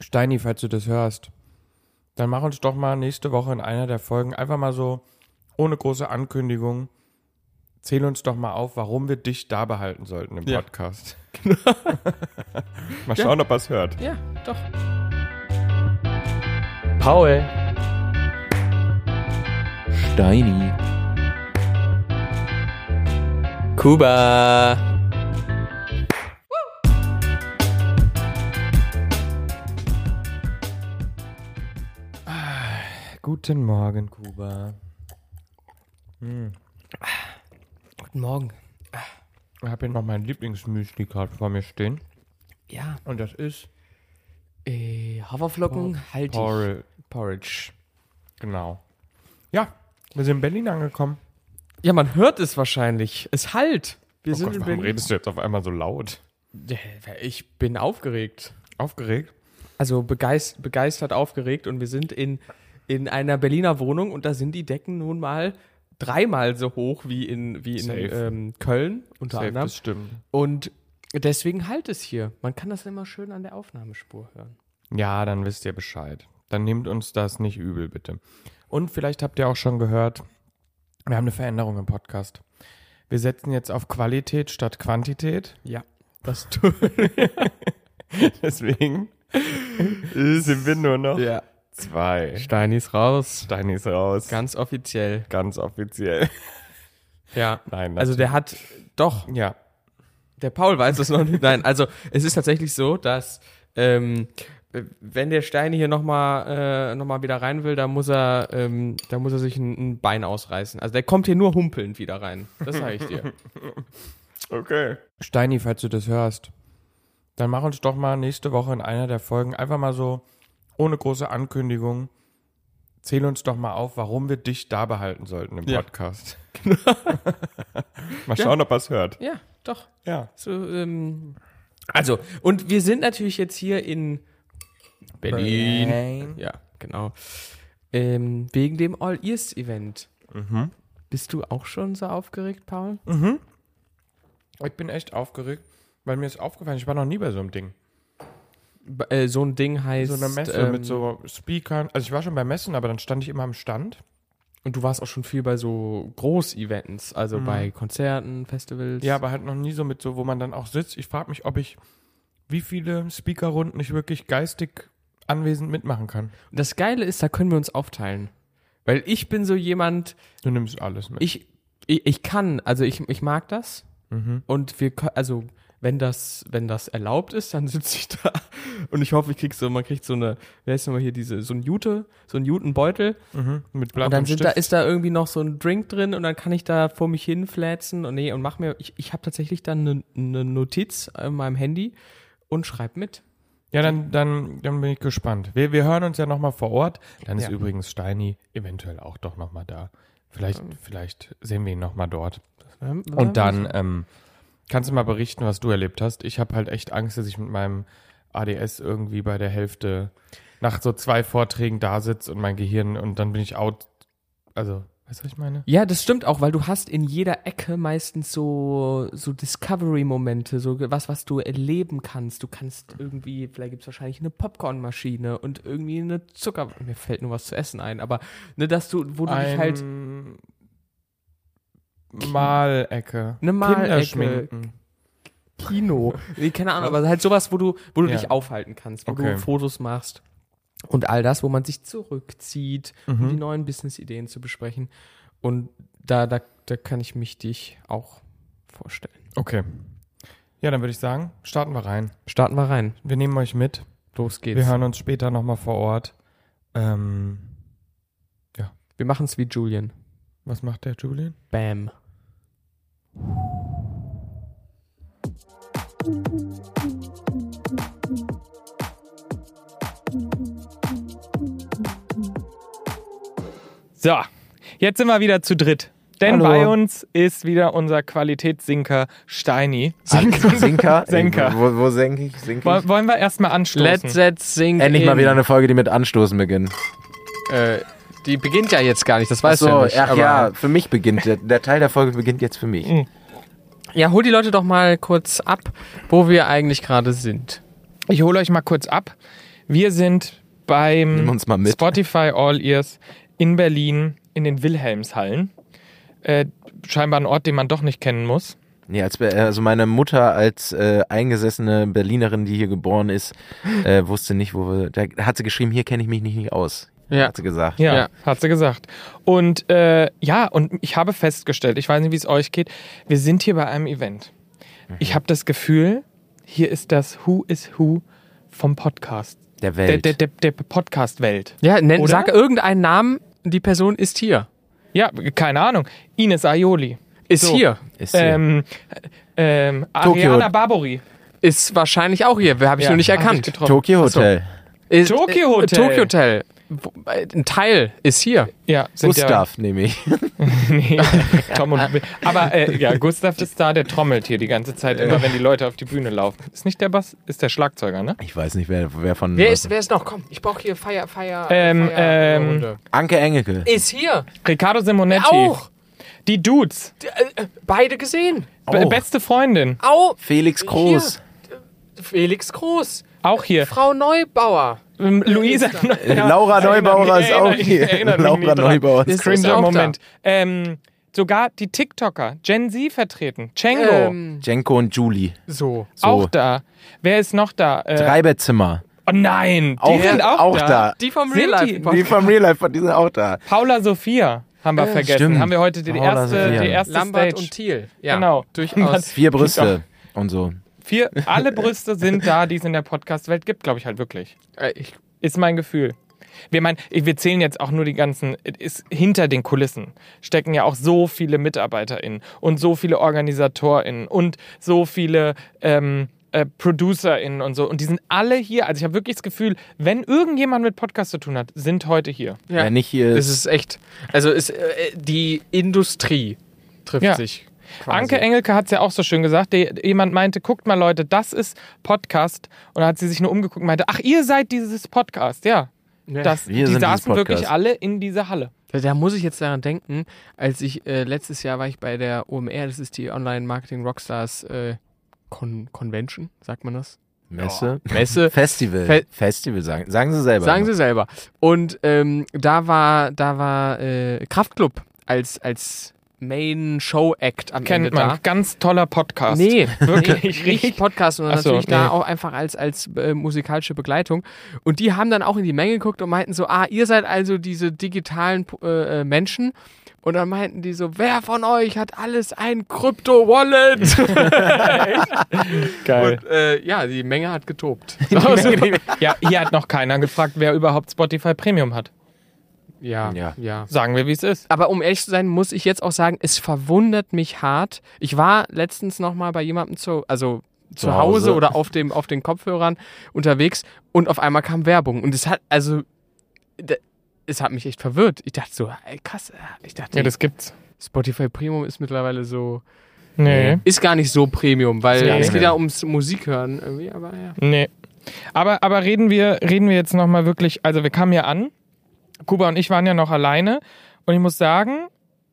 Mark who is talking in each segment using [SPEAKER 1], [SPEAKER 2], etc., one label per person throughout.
[SPEAKER 1] Steini, falls du das hörst, dann mach uns doch mal nächste Woche in einer der Folgen einfach mal so ohne große Ankündigung. Zähl uns doch mal auf, warum wir dich da behalten sollten im
[SPEAKER 2] Ja.
[SPEAKER 1] Podcast. mal schauen, ob er es hört.
[SPEAKER 2] Ja, doch.
[SPEAKER 3] Paul. Steini.
[SPEAKER 2] Kuba.
[SPEAKER 1] Guten Morgen, Kuba.
[SPEAKER 2] Guten Morgen.
[SPEAKER 1] Ich habe hier noch mein Lieblingsmüsli gerade vor mir stehen.
[SPEAKER 2] Ja,
[SPEAKER 1] Und das ist
[SPEAKER 2] äh, halt Haferflocken halte ich.
[SPEAKER 1] Porri- Porridge. Genau. Ja, wir sind in Berlin angekommen.
[SPEAKER 2] Ja, man hört es wahrscheinlich. Es halt. Wir sind in Berlin.
[SPEAKER 1] Oh redest du jetzt auf einmal so laut?
[SPEAKER 2] Äh, Ich bin aufgeregt.
[SPEAKER 1] Aufgeregt?
[SPEAKER 2] Also begeistert, begeistert aufgeregt und wir sind in, in einer Berliner Wohnung und da sind die Decken nun mal dreimal so hoch wie in, wie in
[SPEAKER 1] Safe.
[SPEAKER 2] ähm, Köln unter
[SPEAKER 1] Safe,
[SPEAKER 2] anderem.
[SPEAKER 1] das stimmt.
[SPEAKER 2] Und deswegen halt es hier. Man kann das immer schön an der Aufnahmespur hören.
[SPEAKER 1] Ja, dann wisst ihr Bescheid. Dann nehmt uns das nicht übel, bitte. Und vielleicht habt ihr auch schon gehört, wir haben eine Veränderung im Podcast. Wir setzen jetzt auf Qualität statt Quantität.
[SPEAKER 2] Ja. Das tut.
[SPEAKER 1] Deswegen sind wir nur noch
[SPEAKER 2] ja.
[SPEAKER 1] zwei.
[SPEAKER 2] Steini ist raus.
[SPEAKER 1] Stein ist raus.
[SPEAKER 2] Ganz offiziell.
[SPEAKER 1] ganz offiziell.
[SPEAKER 2] Ja.
[SPEAKER 1] Nein,
[SPEAKER 2] Also der hat doch,
[SPEAKER 1] ja.
[SPEAKER 2] der Paul weiß es noch nicht. Nein, also es ist tatsächlich so, dass ähm, wenn der Steini hier nochmal äh, noch mal wieder rein will, dann muss er, ähm, da muss er sich ein, ein Bein ausreißen. Also der kommt hier nur humpelnd wieder rein. Das sage ich dir.
[SPEAKER 1] Okay. Steini, falls du das hörst, dann mach uns doch mal nächste Woche in einer der Folgen einfach mal so ohne große Ankündigung. Zähl uns doch mal auf, warum wir dich da behalten sollten im
[SPEAKER 2] Ja.
[SPEAKER 1] Podcast. mal schauen, ob er es hört.
[SPEAKER 2] ja, doch.
[SPEAKER 1] Ja.
[SPEAKER 2] So, ähm, also, und wir sind natürlich jetzt hier in Berlin. Ja, genau. Ähm, wegen dem All Ears Event. Bist du auch schon so aufgeregt, Paul?
[SPEAKER 1] Oh, Ich bin echt aufgeregt, weil mir ist aufgefallen, ich war noch nie bei so einem Ding.
[SPEAKER 2] B- Äh, so ein Ding heißt.
[SPEAKER 1] So eine Messe
[SPEAKER 2] ähm,
[SPEAKER 1] mit so Speakern. Also ich war schon bei Messen, aber dann stand ich immer am Stand.
[SPEAKER 2] Und du warst auch schon viel bei so Groß-Events, also bei Konzerten, Festivals.
[SPEAKER 1] Mhm. Ja, aber halt noch nie so mit so, wo man dann auch sitzt. Ich frage mich, ob ich wie viele Speakerrunden ich wirklich geistig anwesend mitmachen kann.
[SPEAKER 2] Und das Geile ist, da können wir uns aufteilen. Weil ich bin so jemand,
[SPEAKER 1] Du nimmst alles mit.
[SPEAKER 2] ich, ich, ich kann, also ich, ich mag das.
[SPEAKER 1] Mhm.
[SPEAKER 2] Und wir, kö- also wenn das, wenn das erlaubt ist, dann sitze ich da und ich hoffe, ich krieg so, man kriegt so eine, wer ist nochmal hier diese, so ein Jute, so ein Jutenbeutel
[SPEAKER 1] Mhm. Mit Blatt
[SPEAKER 2] und dann
[SPEAKER 1] und
[SPEAKER 2] sind da, ist da irgendwie noch so ein Drink drin und dann kann ich da vor mich hinflätzen und nee und mach mir, ich, ich habe tatsächlich dann eine ne Notiz in meinem Handy und schreib mit.
[SPEAKER 1] ja, dann, dann, dann bin ich gespannt. Wir, wir hören uns ja nochmal vor Ort. Dann ist
[SPEAKER 2] Ja.
[SPEAKER 1] übrigens Steini eventuell auch doch nochmal da. Vielleicht,
[SPEAKER 2] Ähm.
[SPEAKER 1] vielleicht sehen wir ihn nochmal dort. Und dann
[SPEAKER 2] also
[SPEAKER 1] ähm, kannst du mal berichten, was du erlebt hast. Ich habe halt echt Angst, dass ich mit meinem ADS irgendwie bei der Hälfte nach so zwei Vorträgen da sitze und mein Gehirn und dann bin ich out. Also, weißt du, was ich meine?
[SPEAKER 2] Ja, das stimmt auch, weil du hast in jeder Ecke meistens so, so Discovery-Momente, so ge- was, was du erleben kannst. Du kannst irgendwie, vielleicht gibt's wahrscheinlich eine Popcornmaschine und irgendwie eine Zucker. Mir fällt nur was zu essen ein, aber ne, dass du, wo du dich halt.
[SPEAKER 1] Ein Malecke.
[SPEAKER 2] Eine Malecke.
[SPEAKER 1] Kinder schminken.
[SPEAKER 2] ne, Kino. Nee, keine Ahnung, aber halt sowas, wo du, wo du
[SPEAKER 1] Ja.
[SPEAKER 2] dich aufhalten kannst, wo
[SPEAKER 1] Okay.
[SPEAKER 2] du Fotos machst und all das, wo man sich zurückzieht,
[SPEAKER 1] Mhm.
[SPEAKER 2] um die neuen Business-Ideen zu besprechen. Und da, da, da kann ich mich dich auch vorstellen.
[SPEAKER 1] Okay. Ja, dann würde ich sagen, starten wir rein.
[SPEAKER 2] Starten wir rein.
[SPEAKER 1] Wir nehmen euch mit.
[SPEAKER 2] Los geht's.
[SPEAKER 1] Wir hören uns später nochmal vor Ort. Ähm,
[SPEAKER 2] Wir machen es wie Julian.
[SPEAKER 1] was macht der Julian?
[SPEAKER 2] Bam.
[SPEAKER 4] So, jetzt sind wir wieder zu dritt. Denn
[SPEAKER 2] Hallo.
[SPEAKER 4] bei uns ist wieder unser Qualitätssinker Steini.
[SPEAKER 1] Also,
[SPEAKER 3] Senker. Senker.
[SPEAKER 4] Senker.
[SPEAKER 5] Wo, wo senke ich? Senke
[SPEAKER 4] Woll-
[SPEAKER 5] ich?
[SPEAKER 4] Wollen wir erstmal anstoßen?
[SPEAKER 2] Let's Set Sing.
[SPEAKER 5] Endlich
[SPEAKER 2] in.
[SPEAKER 5] mal wieder eine Folge, die mit Anstoßen beginnt.
[SPEAKER 2] Äh, die beginnt ja jetzt gar nicht, das weißt du ja
[SPEAKER 5] so,
[SPEAKER 2] nicht.
[SPEAKER 5] ach
[SPEAKER 2] aber-
[SPEAKER 5] ja, für mich beginnt der, der Teil der Folge beginnt jetzt für mich.
[SPEAKER 2] Ja, hol die Leute doch mal kurz ab, wo wir eigentlich gerade sind.
[SPEAKER 4] Ich hole euch mal kurz ab.
[SPEAKER 1] Wir sind
[SPEAKER 5] Nimm
[SPEAKER 1] beim
[SPEAKER 5] uns mal mit.
[SPEAKER 1] Spotify All Ears in Berlin in den Wilhelmshallen. Äh, scheinbar ein Ort, den man doch nicht kennen muss.
[SPEAKER 5] Nee, als, wir- also meine Mutter als äh, eingesessene Berlinerin, die hier geboren ist, äh, wusste nicht, wo wir. Da hat sie geschrieben, hier kenne ich mich nicht, nicht aus.
[SPEAKER 6] Ja.
[SPEAKER 5] Hat sie gesagt.
[SPEAKER 1] Ja,
[SPEAKER 6] Ja.
[SPEAKER 1] hat sie gesagt. Und äh, ja, und ich habe festgestellt, ich weiß nicht, wie es euch geht, wir sind hier bei einem Event.
[SPEAKER 2] Mhm.
[SPEAKER 1] Ich habe das Gefühl, hier ist das Who is Who vom Podcast.
[SPEAKER 5] Der
[SPEAKER 1] Der,
[SPEAKER 5] Welt.
[SPEAKER 1] der, der, der Podcast-Welt.
[SPEAKER 2] Ja, nenn,
[SPEAKER 1] Oder?
[SPEAKER 2] sag irgendeinen Namen, die Person ist hier.
[SPEAKER 1] Ja, keine Ahnung. Ines Aioli.
[SPEAKER 2] Ist
[SPEAKER 1] So.
[SPEAKER 2] hier.
[SPEAKER 5] ist hier.
[SPEAKER 1] Ähm, ähm,
[SPEAKER 5] Tokio.
[SPEAKER 1] Ariana Barbori.
[SPEAKER 2] Ist wahrscheinlich auch hier. Habe ich
[SPEAKER 1] Ja,
[SPEAKER 2] nur nicht
[SPEAKER 1] hab ich
[SPEAKER 2] erkannt.
[SPEAKER 1] getroffen.
[SPEAKER 5] Tokyo Hotel.
[SPEAKER 2] Ist-
[SPEAKER 1] Tokyo
[SPEAKER 2] äh,
[SPEAKER 1] Hotel.
[SPEAKER 2] Tokyo Hotel. Wo- äh, Ein Teil ist hier.
[SPEAKER 1] Ja, sind
[SPEAKER 5] Gustav, nehme ich.
[SPEAKER 1] Ja, nee, Tom und Bill. Aber äh, ja, Gustav ist da, der trommelt hier die ganze Zeit, immer wenn die Leute auf die Bühne laufen. Ist nicht der Bass, ist der Schlagzeuger, ne?
[SPEAKER 5] Ich weiß nicht, wer, wer von.
[SPEAKER 2] Wer ist, wer ist noch? Komm, ich brauche hier Feier, Feier.
[SPEAKER 1] Ähm,
[SPEAKER 2] Feier-
[SPEAKER 1] ähm,
[SPEAKER 2] Runde.
[SPEAKER 5] Anke Engelke.
[SPEAKER 2] ist hier.
[SPEAKER 1] Riccardo Simonetti.
[SPEAKER 2] Auch.
[SPEAKER 1] Die Dudes.
[SPEAKER 2] D- äh, Beide gesehen.
[SPEAKER 1] B-
[SPEAKER 5] Auch.
[SPEAKER 1] Beste Freundin.
[SPEAKER 2] Au.
[SPEAKER 5] Oh, Felix Groß.
[SPEAKER 2] Felix Groß.
[SPEAKER 1] Auch hier.
[SPEAKER 2] Frau Neubauer.
[SPEAKER 1] Ähm, Luisa.
[SPEAKER 5] Äh, Laura Neubauer ist auch hier. Laura Neubauer
[SPEAKER 2] Das
[SPEAKER 5] ist
[SPEAKER 2] ist
[SPEAKER 1] Cringer
[SPEAKER 2] auch da.
[SPEAKER 1] Moment. Ähm, sogar die TikToker. Gen Z vertreten. Django.
[SPEAKER 2] Ähm,
[SPEAKER 5] Jenko und Julie.
[SPEAKER 2] so.
[SPEAKER 5] So.
[SPEAKER 1] Auch da. Wer ist noch da? Äh,
[SPEAKER 5] Dreibettzimmer.
[SPEAKER 1] Oh nein, die
[SPEAKER 5] Auch-
[SPEAKER 1] sind auch,
[SPEAKER 5] auch
[SPEAKER 1] da.
[SPEAKER 5] da.
[SPEAKER 2] Die vom
[SPEAKER 1] Sind
[SPEAKER 2] Real
[SPEAKER 1] die?
[SPEAKER 2] Life
[SPEAKER 5] Die
[SPEAKER 2] Podcast.
[SPEAKER 5] vom Real Life, von- die sind auch da.
[SPEAKER 1] Paula Sophia haben wir vergessen.
[SPEAKER 5] stimmt.
[SPEAKER 1] Haben wir heute die
[SPEAKER 5] Paula
[SPEAKER 1] erste,
[SPEAKER 5] Sophia.
[SPEAKER 1] die erste
[SPEAKER 2] Äh, Lambert
[SPEAKER 1] Stage.
[SPEAKER 2] und Thiel. Ja,
[SPEAKER 1] Genau.
[SPEAKER 2] Durchaus.
[SPEAKER 5] Vier Brüste und so.
[SPEAKER 1] Vier, alle Brüste sind da, die es in der Podcast-Welt gibt, glaube ich halt wirklich.
[SPEAKER 2] Äh, ich,
[SPEAKER 1] Ist mein Gefühl. Wir meinen, wir zählen jetzt auch nur die ganzen, es ist hinter den Kulissen stecken ja auch so viele MitarbeiterInnen und so viele OrganisatorInnen und so viele ähm, äh, ProducerInnen und so. Und die sind alle hier. Also ich habe wirklich das Gefühl, wenn irgendjemand mit Podcast zu tun hat, sind heute hier.
[SPEAKER 2] ja.
[SPEAKER 5] Wer nicht hier
[SPEAKER 2] Das
[SPEAKER 5] ist.
[SPEAKER 2] ist echt. Also ist, äh, die Industrie trifft
[SPEAKER 1] Ja.
[SPEAKER 2] sich. quasi.
[SPEAKER 1] Anke Engelke hat es ja auch so schön gesagt. Der, jemand meinte, guckt mal Leute, das ist Podcast. Und dann hat sie sich nur umgeguckt und meinte, ach, ihr seid dieses Podcast. Ja,
[SPEAKER 2] Ja.
[SPEAKER 1] das,
[SPEAKER 5] Wir
[SPEAKER 1] die
[SPEAKER 5] sind dieses
[SPEAKER 1] saßen
[SPEAKER 5] Podcast.
[SPEAKER 1] wirklich alle in dieser Halle.
[SPEAKER 2] Da, da muss ich jetzt daran denken, als ich äh, letztes Jahr war ich bei der OMR, das ist die Online Marketing Rockstars äh, Con Convention, sagt man das?
[SPEAKER 5] Messe.
[SPEAKER 2] Messe.
[SPEAKER 5] Festival.
[SPEAKER 2] Fe-
[SPEAKER 5] Festival sagen. Sagen Sie selber.
[SPEAKER 2] Sagen Sie selber. Und ähm, da war, da war äh, Kraftclub als, als Main Show Act am
[SPEAKER 1] Kennt
[SPEAKER 2] Ende
[SPEAKER 1] man. Ganz toller
[SPEAKER 2] da.
[SPEAKER 1] Podcast.
[SPEAKER 2] Nee,
[SPEAKER 1] Wirklich
[SPEAKER 2] nee,
[SPEAKER 1] richtig.
[SPEAKER 2] nicht Podcast, sondern
[SPEAKER 1] Ach so,
[SPEAKER 2] natürlich
[SPEAKER 1] nee.
[SPEAKER 2] da auch einfach als, als äh, musikalische Begleitung. Und die haben dann auch in die Menge geguckt und meinten so, ah, ihr seid also diese digitalen äh, äh, Menschen. Und dann meinten die so, wer von euch hat alles ein Krypto-Wallet?
[SPEAKER 1] Geil. Oh,
[SPEAKER 2] Und äh, ja, die Menge hat getobt.
[SPEAKER 1] Ja, hier hat noch keiner gefragt, wer überhaupt Spotify Premium hat.
[SPEAKER 2] ja, ja,
[SPEAKER 5] Ja.
[SPEAKER 2] ja.
[SPEAKER 1] Sagen wir, wie es ist.
[SPEAKER 2] Aber um ehrlich zu sein, muss ich jetzt auch sagen, es verwundert mich hart. Ich war letztens noch mal bei jemandem zu, also zu,
[SPEAKER 5] Zu Hause.
[SPEAKER 2] Hause. oder auf dem auf den Kopfhörern unterwegs und auf einmal kam Werbung und es hat also da- es hat mich echt verwirrt. Ich dachte so, ey, krass, äh, ich dachte
[SPEAKER 1] Ja, das gibt's.
[SPEAKER 2] Spotify Premium ist mittlerweile so
[SPEAKER 1] Nee.
[SPEAKER 2] ist gar nicht so Premium, weil
[SPEAKER 1] Nee.
[SPEAKER 2] es geht ja ums Musik hören irgendwie, aber ja.
[SPEAKER 1] Nee. Aber, aber reden, wir, reden wir jetzt nochmal wirklich, also wir kamen ja an, Kuba und ich waren ja noch alleine und ich muss sagen,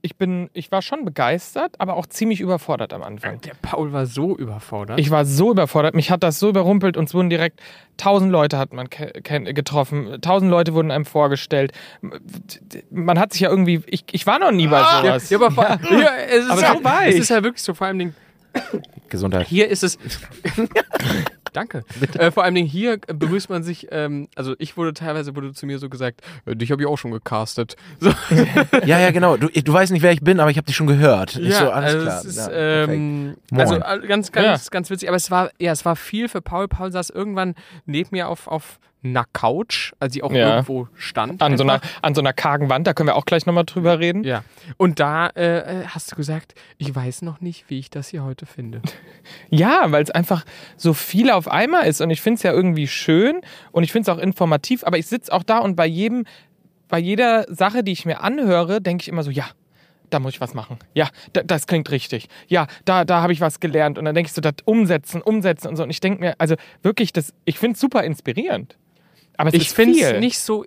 [SPEAKER 1] ich, bin, ich war schon begeistert, aber auch ziemlich überfordert am Anfang.
[SPEAKER 2] Der Paul war so überfordert.
[SPEAKER 1] Ich war so überfordert, mich hat das so überrumpelt und es wurden direkt tausend Leute hat man ke- ken- getroffen, tausend Leute wurden einem vorgestellt. Man hat sich ja irgendwie, ich, ich war noch nie bei
[SPEAKER 2] ja,
[SPEAKER 1] sowas.
[SPEAKER 2] Ah! ja, aber, vor- ja, es ist
[SPEAKER 1] Aber
[SPEAKER 2] ja,
[SPEAKER 1] so war
[SPEAKER 2] es
[SPEAKER 1] ich.
[SPEAKER 2] ist ja wirklich so vor allem Dingen
[SPEAKER 5] Gesundheit.
[SPEAKER 2] Hier ist es. Danke. Äh, vor allem hier begrüßt man sich. Ähm, also ich wurde teilweise wurde zu mir so gesagt, äh, dich habe ich auch schon gecastet. So,
[SPEAKER 5] Ja, ja, genau. Du, du weißt nicht, wer ich bin, aber ich habe dich schon gehört. ich so, alles
[SPEAKER 2] also
[SPEAKER 5] klar.
[SPEAKER 2] Es ist,
[SPEAKER 5] Ja, perfekt.
[SPEAKER 2] ähm,
[SPEAKER 5] Moin.
[SPEAKER 2] also äh, ganz, ganz, ganz witzig. Aber es war, ja, es war viel für Paul. Paul saß irgendwann neben mir auf auf einer Couch, also die auch
[SPEAKER 1] Ja.
[SPEAKER 2] irgendwo stand.
[SPEAKER 1] An so, einer,
[SPEAKER 2] einfach.
[SPEAKER 1] an so einer kargen Wand, da können wir auch gleich nochmal drüber reden.
[SPEAKER 2] Ja. Und da äh, hast du gesagt, ich weiß noch nicht, wie ich das hier heute finde.
[SPEAKER 1] Ja, weil es einfach so viel auf einmal ist und ich finde es ja irgendwie schön und ich finde es auch informativ, aber ich sitze auch da und bei jedem, bei jeder Sache, die ich mir anhöre, denke ich immer so, ja, da muss ich was machen. Ja, da, das klingt richtig. Ja, da, da habe ich was gelernt und dann denke ich so, das umsetzen, umsetzen und so und ich denke mir, also wirklich, das, ich finde es super inspirierend. Aber es
[SPEAKER 2] ich
[SPEAKER 1] ist
[SPEAKER 2] finde
[SPEAKER 1] viel.
[SPEAKER 2] es nicht so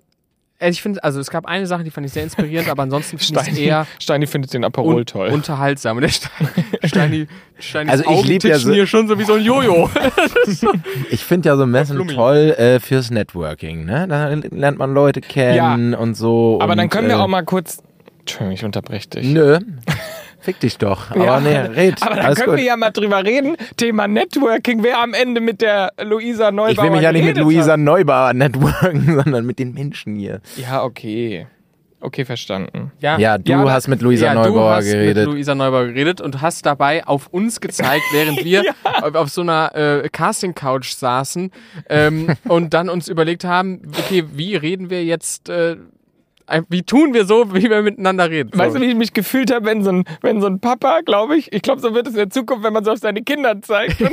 [SPEAKER 2] Also ich finde, also es gab eine Sache, die fand ich sehr inspirierend, aber ansonsten finde ich es
[SPEAKER 1] Steini,
[SPEAKER 2] eher
[SPEAKER 1] Steini findet den Aperol
[SPEAKER 2] un-
[SPEAKER 1] toll.
[SPEAKER 2] unterhaltsam. Und der Stein, Steini, Steinis
[SPEAKER 5] Also ich lieb ja
[SPEAKER 2] Augentitschen
[SPEAKER 5] so-
[SPEAKER 2] hier schon so wie so ein Jojo.
[SPEAKER 5] Ich finde ja so Messen
[SPEAKER 1] Flummi.
[SPEAKER 5] toll äh, fürs Networking, ne? Da lernt man Leute kennen und so.
[SPEAKER 1] Aber
[SPEAKER 5] und,
[SPEAKER 1] dann können wir
[SPEAKER 5] äh,
[SPEAKER 1] auch mal kurz. Entschuldigung, ich unterbreche dich.
[SPEAKER 5] Nö. Fick dich doch. Aber
[SPEAKER 1] Ja.
[SPEAKER 5] nee, red.
[SPEAKER 1] Aber dann
[SPEAKER 5] Alles
[SPEAKER 1] können
[SPEAKER 5] gut.
[SPEAKER 1] wir ja mal drüber reden. Thema Networking. Wer am Ende mit der Luisa Neubauer
[SPEAKER 5] ich will mich ja nicht mit
[SPEAKER 1] geredet
[SPEAKER 5] Luisa
[SPEAKER 1] Hat.
[SPEAKER 5] Neubauer networken, sondern mit den Menschen hier.
[SPEAKER 1] Ja, okay. Okay, verstanden.
[SPEAKER 5] Ja, du
[SPEAKER 2] da-
[SPEAKER 5] hast mit Luisa
[SPEAKER 2] ja, du
[SPEAKER 5] Neubauer
[SPEAKER 2] hast
[SPEAKER 5] geredet.
[SPEAKER 2] Mit Luisa Neubauer geredet und hast dabei auf uns gezeigt, während wir auf, auf so einer äh, Casting Couch saßen ähm, und dann uns überlegt haben, okay, wie reden wir jetzt? Äh, ein- wie tun wir so, wie wir miteinander reden?
[SPEAKER 1] Weißt
[SPEAKER 2] so.
[SPEAKER 1] du, wie ich mich gefühlt habe, wenn so ein, wenn so ein Papa, glaube ich, ich glaube, so wird es in der Zukunft, wenn man so auf seine Kinder zeigt und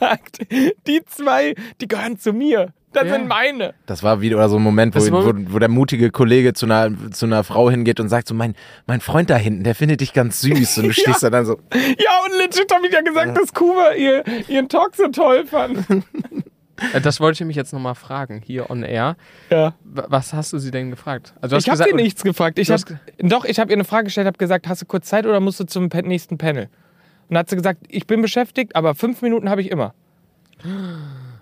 [SPEAKER 1] sagt, die zwei, die gehören zu mir. Das
[SPEAKER 2] Ja.
[SPEAKER 1] sind meine.
[SPEAKER 5] Das war wieder so ein Moment, wo,
[SPEAKER 2] Das war-
[SPEAKER 5] wo, wo der mutige Kollege zu einer, zu einer Frau hingeht und sagt so, mein, mein Freund da hinten, der findet dich ganz süß. Und du stehst da dann so,
[SPEAKER 1] Ja, und legit habe ich ja gesagt, dass Kuba ihr, ihren Talk so toll fand.
[SPEAKER 2] Äh, Das wollte ich mich jetzt nochmal fragen, hier on air.
[SPEAKER 1] Ja.
[SPEAKER 2] W- Was hast du sie denn gefragt? Also, du hast
[SPEAKER 1] Ich habe
[SPEAKER 2] gesagt-
[SPEAKER 1] dir nichts gefragt. Ich
[SPEAKER 2] Du
[SPEAKER 1] hab,
[SPEAKER 2] hast
[SPEAKER 1] doch, ich habe ihr eine Frage gestellt, habe gesagt, hast du kurz Zeit oder musst du zum pa- nächsten Panel? Und hat sie gesagt, ich bin beschäftigt, aber fünf Minuten habe ich immer.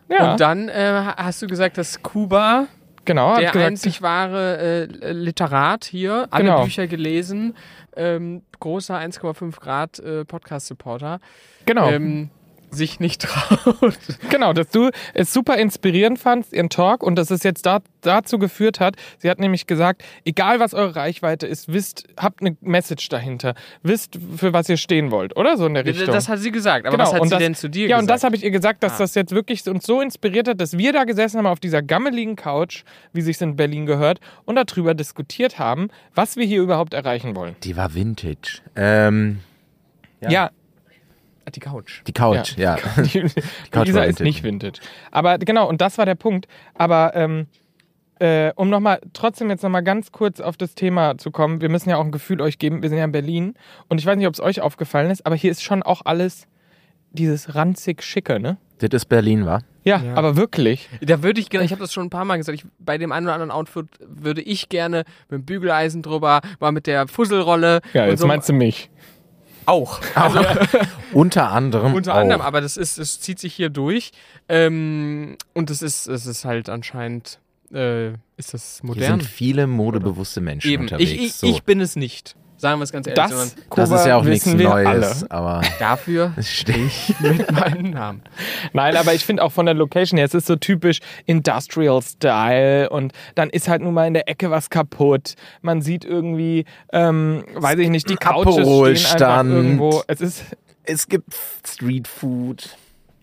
[SPEAKER 1] Ja,
[SPEAKER 2] Und dann äh, hast du gesagt, dass Kuba
[SPEAKER 1] genau.
[SPEAKER 2] der
[SPEAKER 1] Hat gesagt,
[SPEAKER 2] einzig wahre äh, Literat hier, alle
[SPEAKER 1] Genau.
[SPEAKER 2] Bücher gelesen, ähm, großer 1,5 Grad äh, Podcast-Supporter,
[SPEAKER 1] genau,
[SPEAKER 2] ähm, sich nicht traut.
[SPEAKER 1] genau, dass du es super inspirierend fandst, ihren Talk, und dass es jetzt da, dazu geführt hat. Sie hat nämlich gesagt, egal was eure Reichweite ist, wisst, habt eine Message dahinter, wisst, für was ihr stehen wollt, oder? So in der Richtung.
[SPEAKER 2] Das hat sie gesagt, aber
[SPEAKER 1] Genau,
[SPEAKER 2] was hat
[SPEAKER 1] und
[SPEAKER 2] sie
[SPEAKER 1] das-
[SPEAKER 2] denn zu dir
[SPEAKER 1] Ja,
[SPEAKER 2] gesagt?
[SPEAKER 1] und das habe ich ihr gesagt, dass
[SPEAKER 2] Ah.
[SPEAKER 1] das jetzt wirklich uns so inspiriert hat, dass wir da gesessen haben auf dieser gammeligen Couch, wie sich's in Berlin gehört, und darüber diskutiert haben, was wir hier überhaupt erreichen wollen.
[SPEAKER 5] die war vintage. Ähm,
[SPEAKER 1] Ja,
[SPEAKER 2] Ah, die Couch.
[SPEAKER 5] die Couch, ja.
[SPEAKER 1] die,
[SPEAKER 5] Couch
[SPEAKER 1] Lisa
[SPEAKER 5] war
[SPEAKER 1] ist
[SPEAKER 5] vintage.
[SPEAKER 1] nicht vintage. Aber genau, und das war der Punkt. Aber ähm, äh, um nochmal, trotzdem jetzt nochmal ganz kurz auf das Thema zu kommen, wir müssen ja auch ein Gefühl euch geben, wir sind ja in Berlin, und ich weiß nicht, ob es euch aufgefallen ist, aber hier ist schon auch alles dieses ranzig Schicke, ne?
[SPEAKER 5] Das ist Berlin, war.
[SPEAKER 1] ja. aber wirklich.
[SPEAKER 2] Da würde ich gerne, ich habe das schon ein paar Mal gesagt, ich, bei dem einen oder anderen Outfit würde ich gerne mit dem Bügeleisen drüber, mal mit der Fusselrolle.
[SPEAKER 1] Ja,
[SPEAKER 2] und
[SPEAKER 1] jetzt
[SPEAKER 2] so,
[SPEAKER 1] meinst du mich.
[SPEAKER 2] auch. Also
[SPEAKER 5] Unter anderem.
[SPEAKER 2] Unter anderem,
[SPEAKER 5] auch.
[SPEAKER 2] aber das ist, es zieht sich hier durch. Ähm, und es ist, es ist halt anscheinend, äh, ist das
[SPEAKER 5] Hier
[SPEAKER 2] modern.
[SPEAKER 5] sind viele modebewusste Menschen
[SPEAKER 2] Eben.
[SPEAKER 5] unterwegs.
[SPEAKER 2] Ich, ich,
[SPEAKER 5] so.
[SPEAKER 2] ich bin es nicht. Sagen wir es ganz ehrlich.
[SPEAKER 1] Das,
[SPEAKER 2] sondern
[SPEAKER 5] das ist ja auch nichts
[SPEAKER 1] wissen wir
[SPEAKER 5] Neues, aber
[SPEAKER 2] dafür
[SPEAKER 5] es steht.
[SPEAKER 2] mit meinem Namen.
[SPEAKER 1] Alle. Nein, aber ich finde auch von der Location her, es ist so typisch Industrial Style und dann ist halt nun mal in der Ecke was kaputt. Man sieht irgendwie, ähm, weiß ich nicht, die Couches stehen einfach
[SPEAKER 5] Aperolstand.
[SPEAKER 1] irgendwo. Es ist,
[SPEAKER 5] Es gibt Street Food.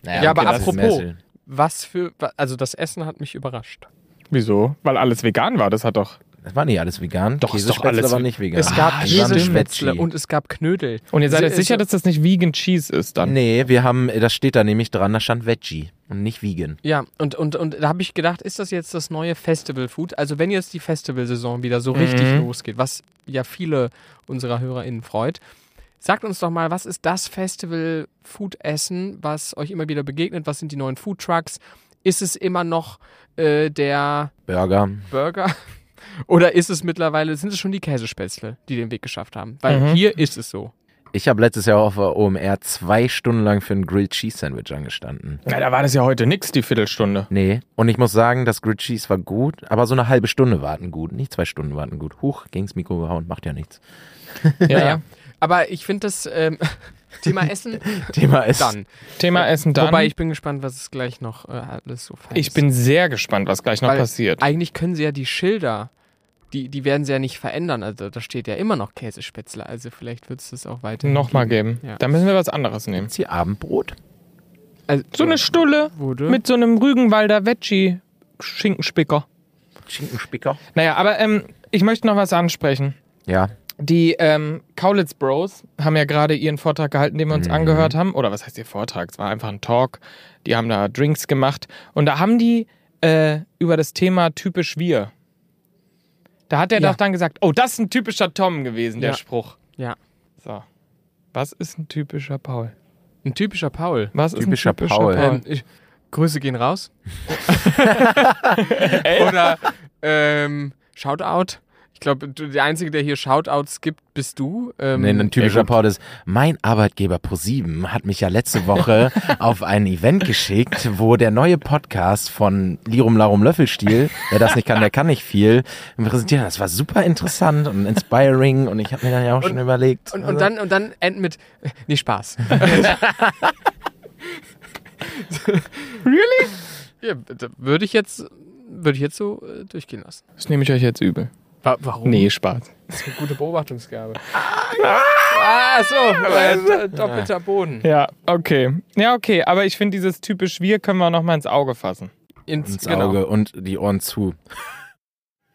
[SPEAKER 5] Naja,
[SPEAKER 2] Ja, aber
[SPEAKER 5] das ist
[SPEAKER 2] apropos.
[SPEAKER 5] Messel.
[SPEAKER 2] Was für, also das Essen hat mich überrascht.
[SPEAKER 1] wieso? Weil alles vegan war, das hat doch.
[SPEAKER 5] Das war nicht alles vegan.
[SPEAKER 1] Doch, ist doch
[SPEAKER 5] Käsespätzle
[SPEAKER 1] alles-
[SPEAKER 5] war nicht vegan.
[SPEAKER 2] Es gab
[SPEAKER 5] Ah,
[SPEAKER 2] Käsespätzle
[SPEAKER 5] Sandwich.
[SPEAKER 2] und es gab Knödel.
[SPEAKER 1] Und ihr seid
[SPEAKER 2] Sie-
[SPEAKER 1] euch sicher,
[SPEAKER 2] es-
[SPEAKER 1] dass das nicht Vegan Cheese ist dann?
[SPEAKER 5] Nee, wir haben, das steht da nämlich dran, da stand Veggie und nicht vegan.
[SPEAKER 2] Ja, und, und, und da habe ich gedacht, ist das jetzt das neue Festival-Food? Also wenn jetzt die Festivalsaison wieder so richtig losgeht, was ja viele unserer HörerInnen freut, sagt uns doch mal, was ist das Festival-Food-Essen, was euch immer wieder begegnet? Was sind die neuen Food-Trucks? Ist es immer noch äh, der
[SPEAKER 5] Burger.
[SPEAKER 2] Burger? Oder ist es mittlerweile, sind es schon die Käsespätzle, die den Weg geschafft haben? Weil hier ist es so.
[SPEAKER 5] Ich habe letztes Jahr auf der OMR zwei Stunden lang für ein Grilled Cheese Sandwich angestanden.
[SPEAKER 1] Ja, da war das ja heute nix, die Viertelstunde.
[SPEAKER 5] Nee, und ich muss sagen, das Grilled Cheese war gut, aber so eine halbe Stunde warten gut, nicht zwei Stunden warten gut. Huch, ging's Mikro gehauen, macht ja nichts.
[SPEAKER 1] Ja.
[SPEAKER 2] Naja. Aber ich finde das ähm, Thema Essen
[SPEAKER 5] Thema ist,
[SPEAKER 2] dann.
[SPEAKER 1] Thema Essen dann.
[SPEAKER 2] Äh, Wobei ich bin gespannt, was es gleich noch äh, alles so fein
[SPEAKER 1] ich
[SPEAKER 2] ist.
[SPEAKER 1] bin sehr gespannt, was gleich noch
[SPEAKER 2] Weil
[SPEAKER 1] passiert.
[SPEAKER 2] Eigentlich können sie ja die Schilder, die, die werden sie ja nicht verändern. Also da steht ja immer noch Käsespätzle. Also vielleicht wird es das auch weiter.
[SPEAKER 1] Nochmal geben.
[SPEAKER 2] Ja.
[SPEAKER 1] Dann müssen wir was anderes nehmen.
[SPEAKER 5] ist hier Abendbrot?
[SPEAKER 2] Also,
[SPEAKER 1] So eine Stulle.
[SPEAKER 2] wurde.
[SPEAKER 1] Mit so einem Rügenwalder Veggie-Schinkenspicker.
[SPEAKER 5] Schinkenspicker?
[SPEAKER 1] Naja, aber ähm, ich möchte noch was ansprechen.
[SPEAKER 5] Ja,
[SPEAKER 1] Die ähm, Kaulitz Bros haben ja gerade ihren Vortrag gehalten, den wir
[SPEAKER 2] Mhm.
[SPEAKER 1] uns angehört haben. Oder was heißt ihr Vortrag? Es war einfach ein Talk. Die haben da Drinks gemacht. Und da haben die äh, über das Thema typisch wir. Da hat er
[SPEAKER 2] Ja.
[SPEAKER 1] doch dann gesagt, oh, das ist ein typischer Tom gewesen, der
[SPEAKER 2] Ja.
[SPEAKER 1] Spruch.
[SPEAKER 2] Ja.
[SPEAKER 1] So. Was ist ein typischer Paul?
[SPEAKER 2] Ein typischer Paul.
[SPEAKER 1] Was ist
[SPEAKER 5] Typischer
[SPEAKER 1] ein typischer
[SPEAKER 5] Paul.
[SPEAKER 1] Paul?
[SPEAKER 2] Ähm, ich, Grüße gehen raus. Oder ähm, Shoutout. Ich glaube, du- der Einzige, der hier Shoutouts gibt, bist du. Ähm,
[SPEAKER 5] Nee, ein
[SPEAKER 6] ja,
[SPEAKER 5] typischer
[SPEAKER 6] gut.
[SPEAKER 5] Port Äh, ist, mein Arbeitgeber ProSieben hat mich ja letzte Woche auf ein Event geschickt, wo der neue Podcast von Lirum Larum Löffelstiel, wer das nicht kann, der kann nicht viel, präsentiert. Das war super interessant und inspiring und ich habe mir dann ja auch schon überlegt.
[SPEAKER 2] und,
[SPEAKER 5] also-
[SPEAKER 2] und, dann, und dann enden mit, äh, nee, Spaß. really? Ja, da würde ich jetzt, würde ich jetzt so äh, durchgehen lassen.
[SPEAKER 1] Das nehme ich euch jetzt übel.
[SPEAKER 2] Wa warum?
[SPEAKER 1] Nee, Spaß.
[SPEAKER 2] Das ist eine gute Beobachtungsgabe. ah, so. Äh, do- doppelter Boden.
[SPEAKER 1] Ja, okay. Ja, okay, aber ich finde dieses typisch wir können wir noch mal ins Auge fassen.
[SPEAKER 2] Ins, genau.
[SPEAKER 5] ins Auge und die Ohren zu.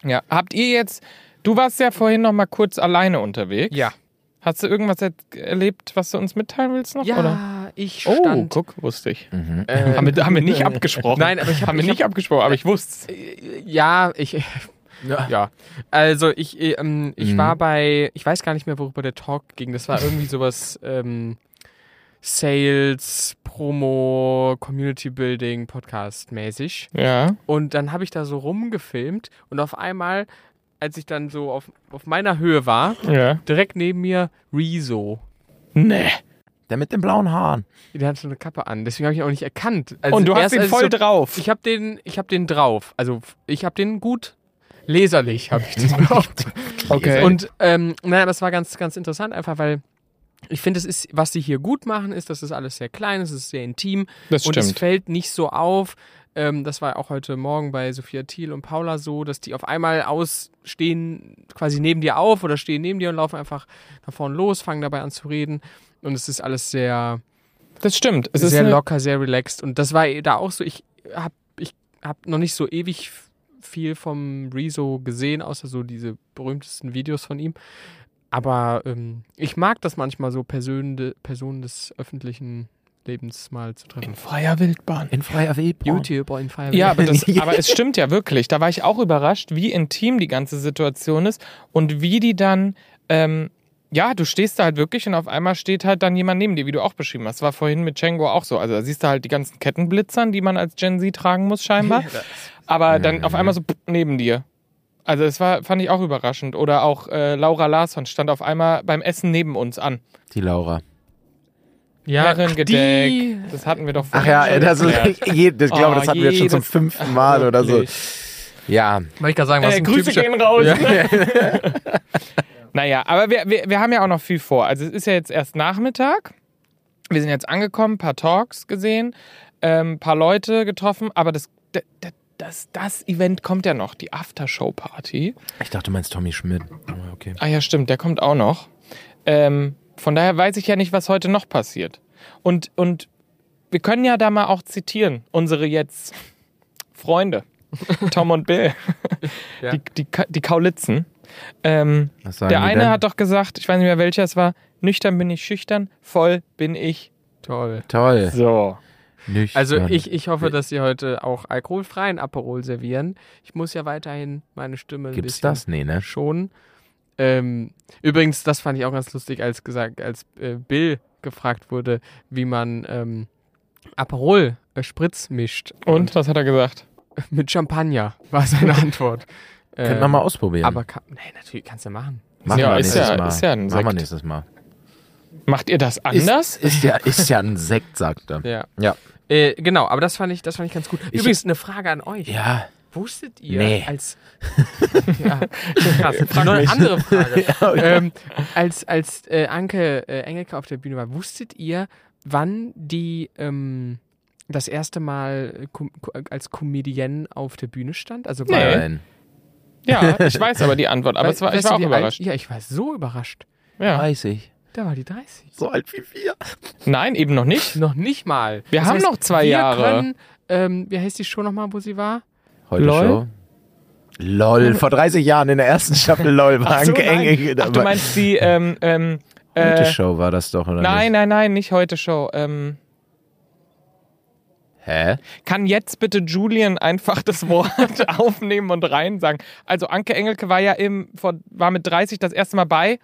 [SPEAKER 1] Ja, habt ihr jetzt Du warst ja vorhin noch mal kurz alleine unterwegs.
[SPEAKER 2] Ja.
[SPEAKER 1] Hast du irgendwas er erlebt, was du uns mitteilen willst noch
[SPEAKER 2] Ja,
[SPEAKER 1] oder?
[SPEAKER 2] ich
[SPEAKER 1] Oh,
[SPEAKER 2] stand.
[SPEAKER 1] guck, wusste ich.
[SPEAKER 5] Mhm.
[SPEAKER 2] äh,
[SPEAKER 1] Haben wir, haben wir nicht abgesprochen.
[SPEAKER 2] Nein, aber ich hab-
[SPEAKER 1] haben wir
[SPEAKER 2] ich
[SPEAKER 1] nicht abgesprochen, aber ich wusste es.
[SPEAKER 2] ja, ich. Ja. Also ich, äh, ähm, ich
[SPEAKER 5] Mhm.
[SPEAKER 2] war bei, ich weiß gar nicht mehr, worüber der Talk ging. Das war irgendwie sowas ähm, Sales, Promo, Community Building, Podcast mäßig.
[SPEAKER 1] Ja.
[SPEAKER 2] Und dann habe ich da so rumgefilmt und auf einmal, als ich dann so auf, auf meiner Höhe war,
[SPEAKER 1] Ja.
[SPEAKER 2] direkt neben mir Rezo.
[SPEAKER 1] Nee.
[SPEAKER 5] Der mit den blauen Haaren.
[SPEAKER 2] Der hat so eine Kappe an, deswegen habe ich ihn auch nicht erkannt. Also
[SPEAKER 1] Und du hast
[SPEAKER 2] erst
[SPEAKER 1] ihn
[SPEAKER 2] als
[SPEAKER 1] voll
[SPEAKER 2] ich so,
[SPEAKER 1] drauf.
[SPEAKER 2] Ich habe den, ich hab den drauf. Also ich habe den gut leserlich, habe ich den
[SPEAKER 1] Genau.
[SPEAKER 2] drauf.
[SPEAKER 1] Okay. Und
[SPEAKER 2] Und ähm, nein, aber es war ganz, ganz interessant, einfach weil ich finde, es ist, was sie hier gut machen, ist, das ist alles sehr klein, es ist sehr intim.
[SPEAKER 1] das
[SPEAKER 2] und es
[SPEAKER 1] stimmt.
[SPEAKER 2] fällt nicht so auf. Ähm, das war auch heute Morgen bei Sophia Thiel und Paula so, dass die auf einmal ausstehen, quasi neben dir auf oder stehen neben dir und laufen einfach nach vorne los, fangen dabei an zu reden. Und es ist alles sehr,
[SPEAKER 1] Das stimmt. Es ist
[SPEAKER 2] sehr
[SPEAKER 1] eine-
[SPEAKER 2] locker, sehr relaxed. Und das war eh da auch so, ich hab, ich hab noch nicht so ewig f- viel vom Rezo gesehen, außer so diese berühmtesten Videos von ihm. Aber ähm, ich mag das manchmal so, Personen, Personen des öffentlichen Lebens mal zu treffen.
[SPEAKER 1] in freier Wildbahn.
[SPEAKER 5] In freier Wildbahn.
[SPEAKER 2] YouTuber in Fire.
[SPEAKER 1] Ja, aber, das,
[SPEAKER 5] Ja.
[SPEAKER 1] aber es stimmt ja wirklich. Da war ich auch überrascht, wie intim die ganze Situation ist und wie die dann, ähm, ja, du stehst da halt wirklich und auf einmal steht halt dann jemand neben dir, wie du auch beschrieben hast. War vorhin mit Django auch so. Also da siehst du halt die ganzen Kettenblitzern, die man als Gen Z tragen muss scheinbar. aber dann auf einmal so pff, neben dir. Also das war, fand ich auch überraschend. Oder auch äh, Laura Larsson stand auf einmal beim Essen neben uns an.
[SPEAKER 5] Die Laura.
[SPEAKER 2] ja,
[SPEAKER 1] Herrengedeck. Das hatten wir doch
[SPEAKER 5] Ach
[SPEAKER 1] vorhin
[SPEAKER 5] ja,
[SPEAKER 1] schon
[SPEAKER 5] ey, das ist,
[SPEAKER 1] geklärt.
[SPEAKER 5] je- ich glaube,
[SPEAKER 1] Oh,
[SPEAKER 5] das hatten wir jetzt schon zum
[SPEAKER 1] jedes-
[SPEAKER 5] fünften Mal oder so.
[SPEAKER 1] Wirklich.
[SPEAKER 5] Ja,
[SPEAKER 2] Wollte ich gerade sagen, was
[SPEAKER 1] Äh,
[SPEAKER 2] ein
[SPEAKER 1] Grüße
[SPEAKER 2] typischer-
[SPEAKER 1] gehen raus. Naja, aber wir, wir, wir haben ja auch noch viel vor. Also es ist ja jetzt erst Nachmittag. Wir sind jetzt angekommen, paar Talks gesehen, ähm, paar Leute getroffen, aber das, das, das, das Event kommt ja noch, die Aftershow-Party.
[SPEAKER 5] ich dachte, du meinst Tommy Schmidt. Aber Okay.
[SPEAKER 1] Ah ja, stimmt, der kommt auch noch. Ähm, von daher weiß ich ja nicht, was heute noch passiert. Und, und wir können ja da mal auch zitieren, unsere jetzt Freunde, Tom und Bill,
[SPEAKER 2] Ja.
[SPEAKER 1] die, die, Ka- die Kaulitzen. Ähm,
[SPEAKER 5] Was sagen
[SPEAKER 1] der
[SPEAKER 5] die
[SPEAKER 1] eine
[SPEAKER 5] denn?
[SPEAKER 1] hat doch gesagt, ich weiß nicht mehr welcher es war, nüchtern bin ich schüchtern, voll bin ich.
[SPEAKER 2] Toll.
[SPEAKER 5] Toll.
[SPEAKER 1] So.
[SPEAKER 5] Nüchtern.
[SPEAKER 2] Also ich, ich hoffe, dass sie heute auch alkoholfreien Aperol servieren. Ich muss ja weiterhin meine Stimme ein
[SPEAKER 5] Gibt's
[SPEAKER 2] bisschen
[SPEAKER 5] das? Nee, ne?
[SPEAKER 2] schonen. Ähm, übrigens, das fand ich auch ganz lustig, als gesagt, als äh, Bill gefragt wurde, wie man ähm, Aperol äh, Spritz mischt.
[SPEAKER 1] Und was hat er gesagt?
[SPEAKER 2] mit Champagner war seine Antwort. Ähm,
[SPEAKER 5] Könnten wir mal ausprobieren.
[SPEAKER 2] Aber kann, nee, natürlich kannst du machen.
[SPEAKER 5] Machen
[SPEAKER 1] Ja,
[SPEAKER 5] wir
[SPEAKER 1] ist
[SPEAKER 5] nächstes
[SPEAKER 1] ja-
[SPEAKER 5] Mal.
[SPEAKER 1] ist ja ein
[SPEAKER 5] Machen wir
[SPEAKER 1] Sekt.
[SPEAKER 5] nächstes Mal.
[SPEAKER 1] Macht ihr das anders?
[SPEAKER 5] Ist, ist, ja, ist ja ein Sekt, sagt er.
[SPEAKER 2] Ja.
[SPEAKER 5] Ja.
[SPEAKER 2] Äh, genau, aber das fand ich, das fand ich ganz gut.
[SPEAKER 5] Ich-
[SPEAKER 2] Übrigens eine Frage an euch.
[SPEAKER 5] Ja.
[SPEAKER 2] Wusstet ihr
[SPEAKER 5] Nee.
[SPEAKER 2] als ja, krass, noch eine andere Frage. ähm, als als äh, Anke äh, Engelke auf der Bühne war, wusstet ihr, wann die ähm, das erste Mal äh, kom ko- als Comedienne auf der Bühne stand? Also bei,
[SPEAKER 1] Nee.
[SPEAKER 5] Nein.
[SPEAKER 1] Ja, ich weiß aber die Antwort, aber
[SPEAKER 2] bei-
[SPEAKER 1] es war, ich
[SPEAKER 2] weißt
[SPEAKER 1] war
[SPEAKER 2] du,
[SPEAKER 1] auch
[SPEAKER 2] wie alt-
[SPEAKER 1] überrascht.
[SPEAKER 2] Ja, ich war so überrascht.
[SPEAKER 1] Ja.
[SPEAKER 5] 30.
[SPEAKER 2] Da war die 30.
[SPEAKER 5] So alt wie wir.
[SPEAKER 1] Nein, eben noch nicht.
[SPEAKER 2] Noch nicht mal.
[SPEAKER 1] Wir haben noch zwei
[SPEAKER 2] wir
[SPEAKER 1] Jahre.
[SPEAKER 2] Können, ähm, wie heißt die Show nochmal, wo sie war?
[SPEAKER 5] Heute
[SPEAKER 1] Lol.
[SPEAKER 5] Show. LOL. Vor 30 Jahren in der ersten Staffel LOL war
[SPEAKER 1] Ach so,
[SPEAKER 5] Anke
[SPEAKER 1] nein.
[SPEAKER 5] Engelke
[SPEAKER 1] Ach, du
[SPEAKER 5] dabei.
[SPEAKER 1] meinst die, ähm, ähm,
[SPEAKER 5] Heute
[SPEAKER 1] äh,
[SPEAKER 5] Show war das doch, oder
[SPEAKER 1] nein,
[SPEAKER 5] nicht?
[SPEAKER 1] nein, nein, nicht heute Show. Ähm,
[SPEAKER 5] Hä?
[SPEAKER 1] kann jetzt bitte Julian einfach das Wort aufnehmen und rein sagen. Also Anke Engelke war ja im, vor, war mit 30 das erste Mal bei.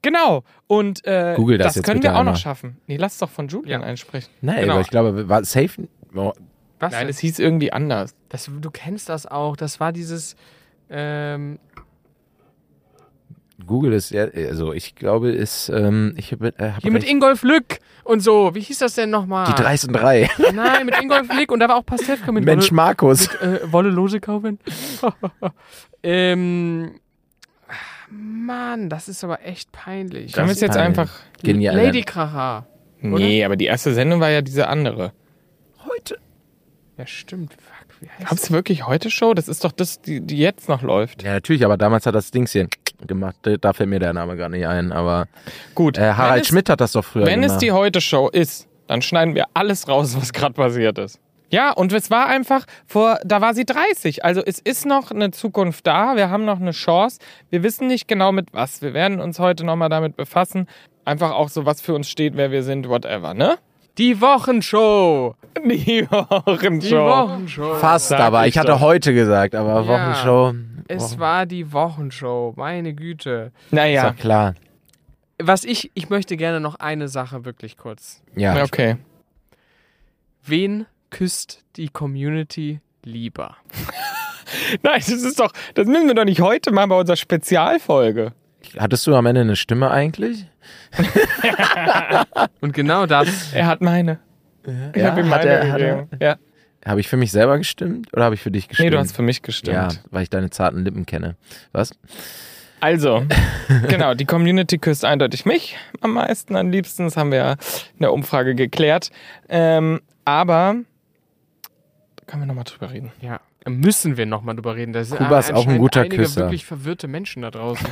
[SPEAKER 1] Genau. Und äh,
[SPEAKER 5] Google das jetzt
[SPEAKER 1] können
[SPEAKER 5] bitte
[SPEAKER 1] wir auch
[SPEAKER 5] einmal.
[SPEAKER 1] noch schaffen. Nee, lass doch von Julian einsprechen.
[SPEAKER 5] Nein,
[SPEAKER 1] Genau.
[SPEAKER 5] aber ich glaube, war safe... Oh,
[SPEAKER 2] Was?
[SPEAKER 1] Nein,
[SPEAKER 2] denn?
[SPEAKER 1] es hieß irgendwie anders.
[SPEAKER 2] das, du kennst das auch. Das war dieses, Ähm,
[SPEAKER 5] Google ist, ja- also ich glaube, ist, ähm, ich habe äh, hab
[SPEAKER 2] hier mit
[SPEAKER 5] recht.
[SPEAKER 2] Ingolf Lück und so. Wie hieß das denn nochmal?
[SPEAKER 5] die 3 sind 3.
[SPEAKER 2] Nein, mit Ingolf Lück und da war auch Pastewka mit
[SPEAKER 5] Mensch, Markus.
[SPEAKER 2] Wolle, äh, Wolle Lose kaufen. ähm, ah, Mann, das ist aber echt peinlich.
[SPEAKER 5] Das
[SPEAKER 2] Können wir es jetzt
[SPEAKER 5] Teil.
[SPEAKER 2] einfach.
[SPEAKER 5] Genial.
[SPEAKER 2] Lady Kracher.
[SPEAKER 1] Nee, aber die erste Sendung war ja diese andere.
[SPEAKER 5] Heute.
[SPEAKER 2] Ja, stimmt. Fuck, wie heißt
[SPEAKER 1] Gab's wirklich heute Show? Das ist doch das, die, die jetzt noch läuft.
[SPEAKER 5] Ja, natürlich, aber damals hat das Dings hier gemacht. Da fällt mir der Name gar nicht ein, aber
[SPEAKER 1] Gut.
[SPEAKER 5] äh,
[SPEAKER 1] wenn
[SPEAKER 5] Harald
[SPEAKER 1] es,
[SPEAKER 5] Schmidt hat das doch früher
[SPEAKER 1] Wenn
[SPEAKER 5] gemacht.
[SPEAKER 1] es die heute Show ist, dann schneiden wir alles raus, was gerade passiert ist. Ja, und es war einfach vor, da war sie 30. Also es ist noch eine Zukunft da. Wir haben noch eine Chance. Wir wissen nicht genau mit was. Wir werden uns heute nochmal damit befassen. Einfach auch so, was für uns steht, wer wir sind, whatever, ne?
[SPEAKER 2] Die Wochenshow.
[SPEAKER 1] Die Wochenshow.
[SPEAKER 2] Die Wochenshow.
[SPEAKER 5] Fast,
[SPEAKER 1] Sag
[SPEAKER 5] aber
[SPEAKER 1] ich
[SPEAKER 5] ich hatte
[SPEAKER 1] doch. Äh,
[SPEAKER 5] heute gesagt, aber Wochenshow.
[SPEAKER 2] Es war die Wochenshow. Meine Güte.
[SPEAKER 5] Ist
[SPEAKER 1] Naja,
[SPEAKER 5] doch klar.
[SPEAKER 2] Was ich, ich möchte gerne noch eine Sache wirklich kurz.
[SPEAKER 5] Ja.
[SPEAKER 1] okay.
[SPEAKER 2] Wen küsst die Community lieber?
[SPEAKER 1] Nein, das ist doch, das müssen wir doch nicht heute machen bei unserer Spezialfolge.
[SPEAKER 5] Hattest du am Ende eine Stimme eigentlich?
[SPEAKER 2] Und genau das.
[SPEAKER 1] Er hat meine. Ich
[SPEAKER 5] Ja,
[SPEAKER 1] habe ihm
[SPEAKER 5] hat
[SPEAKER 1] meine
[SPEAKER 5] er- hat er-
[SPEAKER 1] gegeben. Ja.
[SPEAKER 5] Habe ich für mich selber gestimmt oder habe ich für dich gestimmt?
[SPEAKER 1] Nee, du hast für mich gestimmt.
[SPEAKER 5] Ja, weil ich deine zarten Lippen kenne. Was?
[SPEAKER 1] Also, genau, die Community küsst eindeutig mich am meisten, am liebsten. Das haben wir ja in der Umfrage geklärt. Ähm, aber, da können wir nochmal drüber reden.
[SPEAKER 2] Ja, müssen wir nochmal drüber reden. Da sind
[SPEAKER 5] Kuba ist auch ein
[SPEAKER 2] anscheinend
[SPEAKER 5] guter
[SPEAKER 2] einige
[SPEAKER 5] Küsser.
[SPEAKER 2] wirklich verwirrte Menschen da draußen.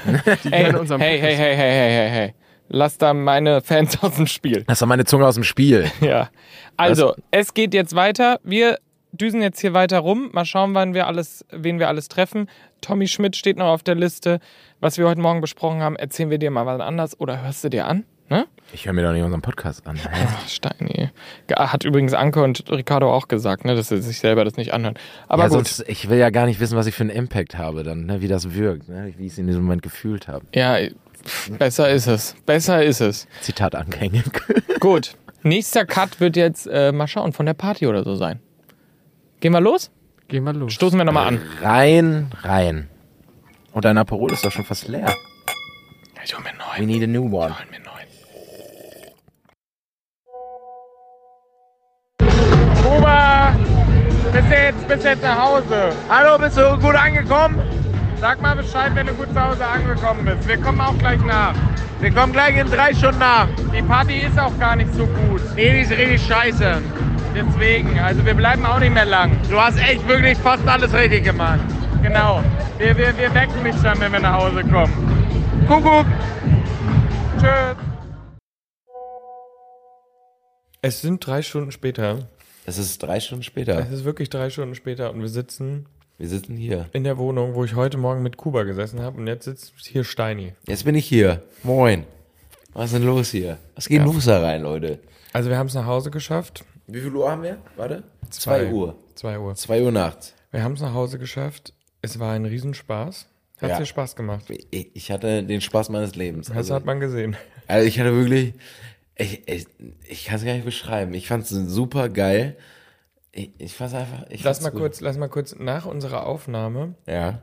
[SPEAKER 2] Die
[SPEAKER 1] Hey,
[SPEAKER 2] hören unserem
[SPEAKER 1] hey, hey, hey, hey, hey, hey, hey. Lass da meine Fans aus dem Spiel.
[SPEAKER 5] Das war meine Zunge aus dem Spiel.
[SPEAKER 1] Ja. Also, es geht jetzt weiter. Wir düsen jetzt hier weiter rum. Mal schauen, wann wir alles, wen wir alles treffen. Tommy Schmidt steht noch auf der Liste. Was wir heute Morgen besprochen haben, erzählen wir dir mal wann anders oder hörst du dir an? Ne?
[SPEAKER 5] Ich höre mir doch nicht unseren Podcast an.
[SPEAKER 1] Ach, Steini. Ge- ah, Hat übrigens Anke und Ricardo auch gesagt, ne, dass sie sich selber das nicht anhören. Aber
[SPEAKER 5] ja,
[SPEAKER 1] gut.
[SPEAKER 5] sonst, ich will ja gar nicht wissen, was ich für einen Impact habe dann, ne, wie das wirkt, ne, wie ich es in diesem Moment gefühlt habe.
[SPEAKER 1] Ja, pff, besser ist es. Besser ist es.
[SPEAKER 5] Zitat angehängt.
[SPEAKER 1] gut. Nächster Cut wird jetzt, äh, mal schauen, von der Party oder so sein. Gehen wir los?
[SPEAKER 2] Gehen wir los.
[SPEAKER 1] Stoßen wir nochmal an.
[SPEAKER 5] rein, rein. Und dein Aperol ist doch schon fast leer.
[SPEAKER 1] Ich hol mir einen
[SPEAKER 5] We
[SPEAKER 1] neuen.
[SPEAKER 5] need a new one.
[SPEAKER 1] Ich hol mir einen neuen.
[SPEAKER 2] Kuba, bist du jetzt, bist du jetzt nach Hause? Hallo, bist du gut angekommen? Sag mal Bescheid, wenn du gut zu Hause angekommen bist. Wir kommen auch gleich nach. Wir kommen gleich in drei Stunden nach. Die Party ist auch gar nicht so gut. Nee, die ist richtig scheiße. Deswegen, also wir bleiben auch nicht mehr lang. Du hast echt wirklich fast alles richtig gemacht. Genau. Wir, wir, wir wecken dich dann, wenn wir nach Hause kommen. Kuckuck. Tschüss.
[SPEAKER 7] Es sind drei Stunden später.
[SPEAKER 5] Es ist drei Stunden
[SPEAKER 7] Es
[SPEAKER 5] später.
[SPEAKER 7] ist wirklich drei Stunden später und wir sitzen
[SPEAKER 5] Wir sitzen hier.
[SPEAKER 7] in der Wohnung, wo ich heute Morgen mit Kuba gesessen habe und jetzt sitzt hier Steini.
[SPEAKER 5] Jetzt bin ich hier. Moin. Was ist denn los hier? Was geht los da rein, Leute?
[SPEAKER 7] Also wir haben es nach Hause geschafft.
[SPEAKER 5] Wie viel Uhr haben wir? Warte.
[SPEAKER 7] Zwei Uhr.
[SPEAKER 5] Zwei Uhr nachts.
[SPEAKER 7] Wir haben es nach Hause geschafft. Es war ein Riesenspaß. Hat
[SPEAKER 5] Ja.
[SPEAKER 7] dir Spaß gemacht. Das
[SPEAKER 5] Ich hatte den Spaß meines Lebens.
[SPEAKER 7] hat man gesehen.
[SPEAKER 5] Also ich hatte wirklich, ich, ich, ich kann es gar nicht beschreiben. Ich fand es super geil. Ich, ich fand einfach. Ich
[SPEAKER 7] Lass
[SPEAKER 5] fand's
[SPEAKER 7] mal
[SPEAKER 5] gut.
[SPEAKER 7] kurz, lass mal kurz nach unserer Aufnahme,
[SPEAKER 5] Ja.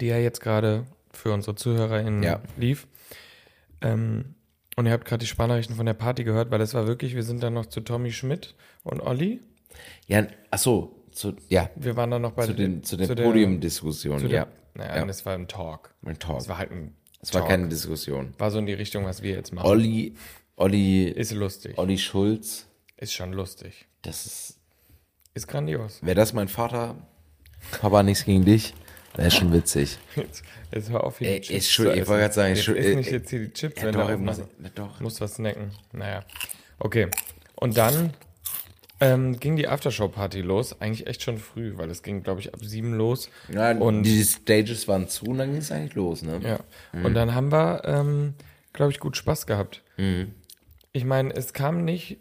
[SPEAKER 7] die ja jetzt gerade für unsere ZuhörerInnen
[SPEAKER 5] Ja.
[SPEAKER 7] lief. Ähm, und ihr habt gerade die Spanachrichten von der Party gehört, weil es war wirklich, wir sind dann noch zu Tommy Schmidt und Olli.
[SPEAKER 5] Ja. Ach so. Zu, ja.
[SPEAKER 7] Wir waren dann noch bei
[SPEAKER 5] Zu den, zu den
[SPEAKER 7] Äh, zu der-
[SPEAKER 5] Podiumdiskussionen.
[SPEAKER 7] zu der-
[SPEAKER 5] Ja.
[SPEAKER 7] Naja,
[SPEAKER 5] Ja.
[SPEAKER 7] das war ein Talk.
[SPEAKER 5] Mein Talk.
[SPEAKER 7] Es war halt ein
[SPEAKER 5] Es war
[SPEAKER 7] Talk.
[SPEAKER 5] keine Diskussion.
[SPEAKER 7] war so in die Richtung, was wir jetzt machen.
[SPEAKER 5] Olli, Olli,
[SPEAKER 7] Ist lustig.
[SPEAKER 5] Olli Schulz.
[SPEAKER 7] Ist schon lustig.
[SPEAKER 5] Das ist.
[SPEAKER 7] Ist grandios.
[SPEAKER 5] Wäre das mein Vater? Papa, nichts gegen dich. Das ist schon witzig.
[SPEAKER 7] Jetzt, jetzt hör auf, hier
[SPEAKER 5] Ey, ist schuld- ich wollte gerade sagen,
[SPEAKER 7] jetzt
[SPEAKER 5] schuld-
[SPEAKER 7] ist nicht
[SPEAKER 5] äh,
[SPEAKER 7] jetzt hier die Chips,
[SPEAKER 5] Ja,
[SPEAKER 7] wenn
[SPEAKER 5] doch,
[SPEAKER 7] du
[SPEAKER 5] ich muss,
[SPEAKER 7] aufmachst.
[SPEAKER 5] ja, doch.
[SPEAKER 7] Muss was snacken. Naja. Okay. Und dann ähm, ging die Aftershow-Party los. Eigentlich echt schon früh, weil es ging, glaube ich, ab sieben los.
[SPEAKER 5] Ja,
[SPEAKER 7] und,
[SPEAKER 5] und die Stages waren zu und dann ging es eigentlich los, ne?
[SPEAKER 7] ja. und dann haben wir, ähm, glaube ich, gut Spaß gehabt.
[SPEAKER 5] Mhm.
[SPEAKER 7] Ich meine, es kam nicht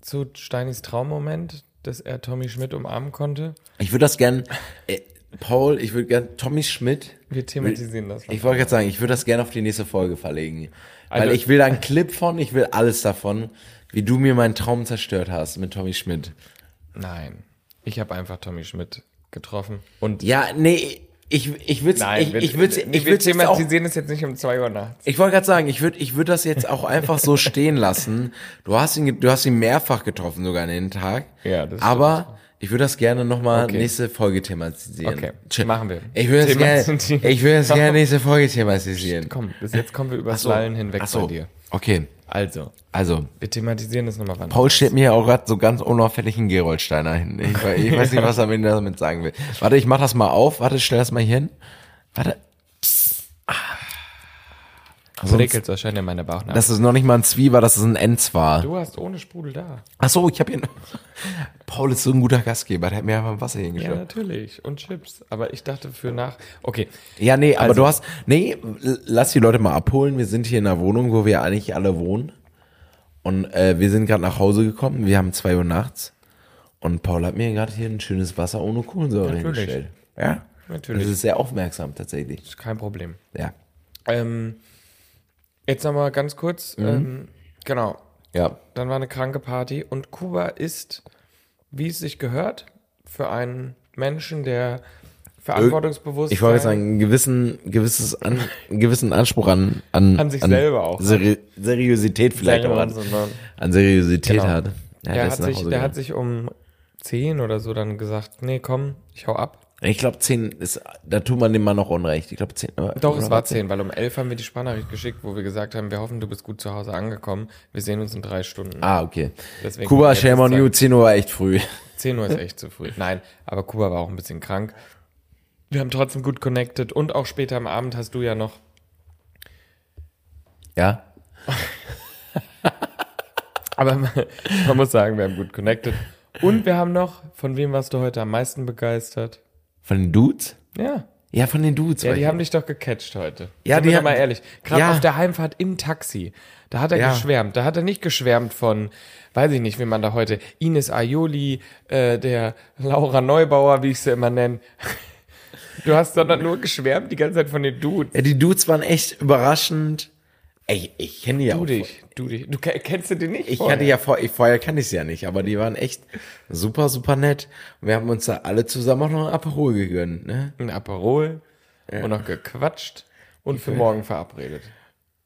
[SPEAKER 7] zu Steinis Traummoment, dass er Tommy Schmidt umarmen konnte.
[SPEAKER 5] Ich würde das gern, äh, Paul, ich würde gern Tommy Schmidt.
[SPEAKER 7] Wir thematisieren das.
[SPEAKER 5] Ich wollte gerade sagen, ich würde das gerne auf die nächste Folge verlegen. Weil
[SPEAKER 7] Also-
[SPEAKER 5] ich will da einen Clip von, ich will alles davon, wie du mir meinen Traum zerstört hast mit Tommy Schmidt.
[SPEAKER 7] Nein. Ich habe einfach Tommy Schmidt getroffen. Und
[SPEAKER 5] Ja, nee, ich, ich würde ich, ich würd's, ich
[SPEAKER 1] wir
[SPEAKER 5] würd's jetzt auch,
[SPEAKER 1] thematisieren es jetzt nicht um 2 Uhr nachts.
[SPEAKER 5] ich wollte gerade sagen, ich würde ich würd das jetzt auch einfach so stehen lassen. Du hast ihn, ge- du hast ihn mehrfach getroffen sogar an den Tag.
[SPEAKER 1] Ja, das
[SPEAKER 5] Aber ich würde das gerne nochmal
[SPEAKER 1] Okay.
[SPEAKER 5] nächste Folge thematisieren.
[SPEAKER 1] Okay,
[SPEAKER 5] Tsch-
[SPEAKER 1] machen wir.
[SPEAKER 5] Ich würde das gerne,
[SPEAKER 1] Thematisieren.
[SPEAKER 5] ich würde das gerne nächste Folge thematisieren.
[SPEAKER 1] Komm, bis jetzt kommen wir über
[SPEAKER 5] Ach so.
[SPEAKER 1] Lallen hinweg
[SPEAKER 5] Ach so.
[SPEAKER 1] bei dir.
[SPEAKER 5] Okay,
[SPEAKER 1] Also,
[SPEAKER 5] also
[SPEAKER 1] wir thematisieren das nochmal wann.
[SPEAKER 5] Paul stellt mir ja auch gerade so ganz unauffällig einen Geroldsteiner hin. Ich, we- ich weiß nicht, was er mir damit sagen will. Warte, ich mach das mal auf. Warte, stell das mal hier hin. Warte. Ah. Sonst,
[SPEAKER 1] Prickelt Also so schön in meine Bauchnabel.
[SPEAKER 5] das ist noch nicht mal ein Zwieber, das ist ein Enz war.
[SPEAKER 1] Du hast ohne Sprudel da.
[SPEAKER 5] Ach so, ich habe hier. Paul ist so ein guter Gastgeber, der hat mir einfach ein Wasser
[SPEAKER 1] Ja,
[SPEAKER 5] hingestellt.
[SPEAKER 1] natürlich. Und Chips. Aber ich dachte für nach. Okay.
[SPEAKER 5] Ja, nee,
[SPEAKER 1] also-
[SPEAKER 5] aber du hast. Nee, l- lass die Leute mal abholen. Wir sind hier in einer Wohnung, wo wir eigentlich alle wohnen. Und äh, wir sind gerade nach Hause gekommen. Wir haben 2 Uhr nachts. Und Paul hat mir gerade hier ein schönes Wasser ohne Kohlensäure
[SPEAKER 1] Natürlich.
[SPEAKER 5] hingestellt. Ja.
[SPEAKER 1] Natürlich.
[SPEAKER 5] Das ist sehr aufmerksam tatsächlich.
[SPEAKER 1] Ist kein Problem.
[SPEAKER 5] Ja.
[SPEAKER 1] Ähm, jetzt nochmal ganz kurz.
[SPEAKER 5] Mhm.
[SPEAKER 1] Ähm, genau.
[SPEAKER 5] Ja.
[SPEAKER 1] Dann war eine kranke Party und Kuba ist, wie es sich gehört, für einen Menschen, der verantwortungsbewusst
[SPEAKER 5] Ich wollte jetzt sagen, einen gewissen, gewisses an, einen gewissen Anspruch an, an,
[SPEAKER 1] An sich selber auch. ne?
[SPEAKER 5] Seri Seriosität vielleicht auch an, an Seriosität
[SPEAKER 1] Genau.
[SPEAKER 5] hat. Ja,
[SPEAKER 1] der,
[SPEAKER 5] ist
[SPEAKER 1] hat
[SPEAKER 5] nach
[SPEAKER 1] sich,
[SPEAKER 5] Hause
[SPEAKER 1] der
[SPEAKER 5] gegangen.
[SPEAKER 1] hat sich um 10 oder so dann gesagt, nee, komm, ich hau ab.
[SPEAKER 5] Ich glaube, 10 ist, da tut man dem Mann noch Unrecht. Ich glaube, 10. oder-
[SPEAKER 1] Doch, es
[SPEAKER 5] oder
[SPEAKER 1] war 10, weil um 11 haben wir die Sprachnachricht geschickt, wo wir gesagt haben, wir hoffen, du bist gut zu Hause angekommen. Wir sehen uns in drei Stunden.
[SPEAKER 5] Ah, okay.
[SPEAKER 1] Deswegen
[SPEAKER 5] Kuba,
[SPEAKER 1] jetzt
[SPEAKER 5] shame on
[SPEAKER 1] ist
[SPEAKER 5] you, 10 Uhr war echt früh.
[SPEAKER 1] 10 Uhr ist echt zu früh. Nein, aber Kuba war auch ein bisschen krank. Wir haben trotzdem gut connected und auch später am Abend hast du ja noch.
[SPEAKER 5] Ja?
[SPEAKER 1] Aber man muss sagen, wir haben gut connected. Und wir haben noch, von wem warst du heute am meisten begeistert?
[SPEAKER 5] Von den Dudes?
[SPEAKER 1] Ja.
[SPEAKER 5] Ja, von den Dudes.
[SPEAKER 1] Ja,
[SPEAKER 5] war
[SPEAKER 1] die
[SPEAKER 5] ich-
[SPEAKER 1] haben dich doch gecatcht heute.
[SPEAKER 5] Ja,
[SPEAKER 1] Sind
[SPEAKER 5] die
[SPEAKER 1] wir doch
[SPEAKER 5] haben-
[SPEAKER 1] mal ehrlich. Gerade
[SPEAKER 5] Ja.
[SPEAKER 1] auf der Heimfahrt im Taxi, da hat er
[SPEAKER 5] Ja.
[SPEAKER 1] geschwärmt. Da hat er nicht geschwärmt von, weiß ich nicht, wie man da heute, Ines Aioli, äh, der Laura Neubauer, wie ich sie immer nenne. Du hast sondern nur geschwärmt die ganze Zeit von den Dudes.
[SPEAKER 5] ja, die Dudes waren echt überraschend. Ey, ich kenne die ja
[SPEAKER 1] Du
[SPEAKER 5] auch.
[SPEAKER 1] dich, du dich. Du ke- kennst du den nicht?
[SPEAKER 5] Ich
[SPEAKER 1] vorher?
[SPEAKER 5] hatte ja vor, ich, vorher kann ich es ja nicht, aber die waren echt super, super nett. Und wir haben uns da alle zusammen auch noch ein Aperol gegönnt, ne?
[SPEAKER 1] ein Aperol und noch gequatscht und für morgen verabredet.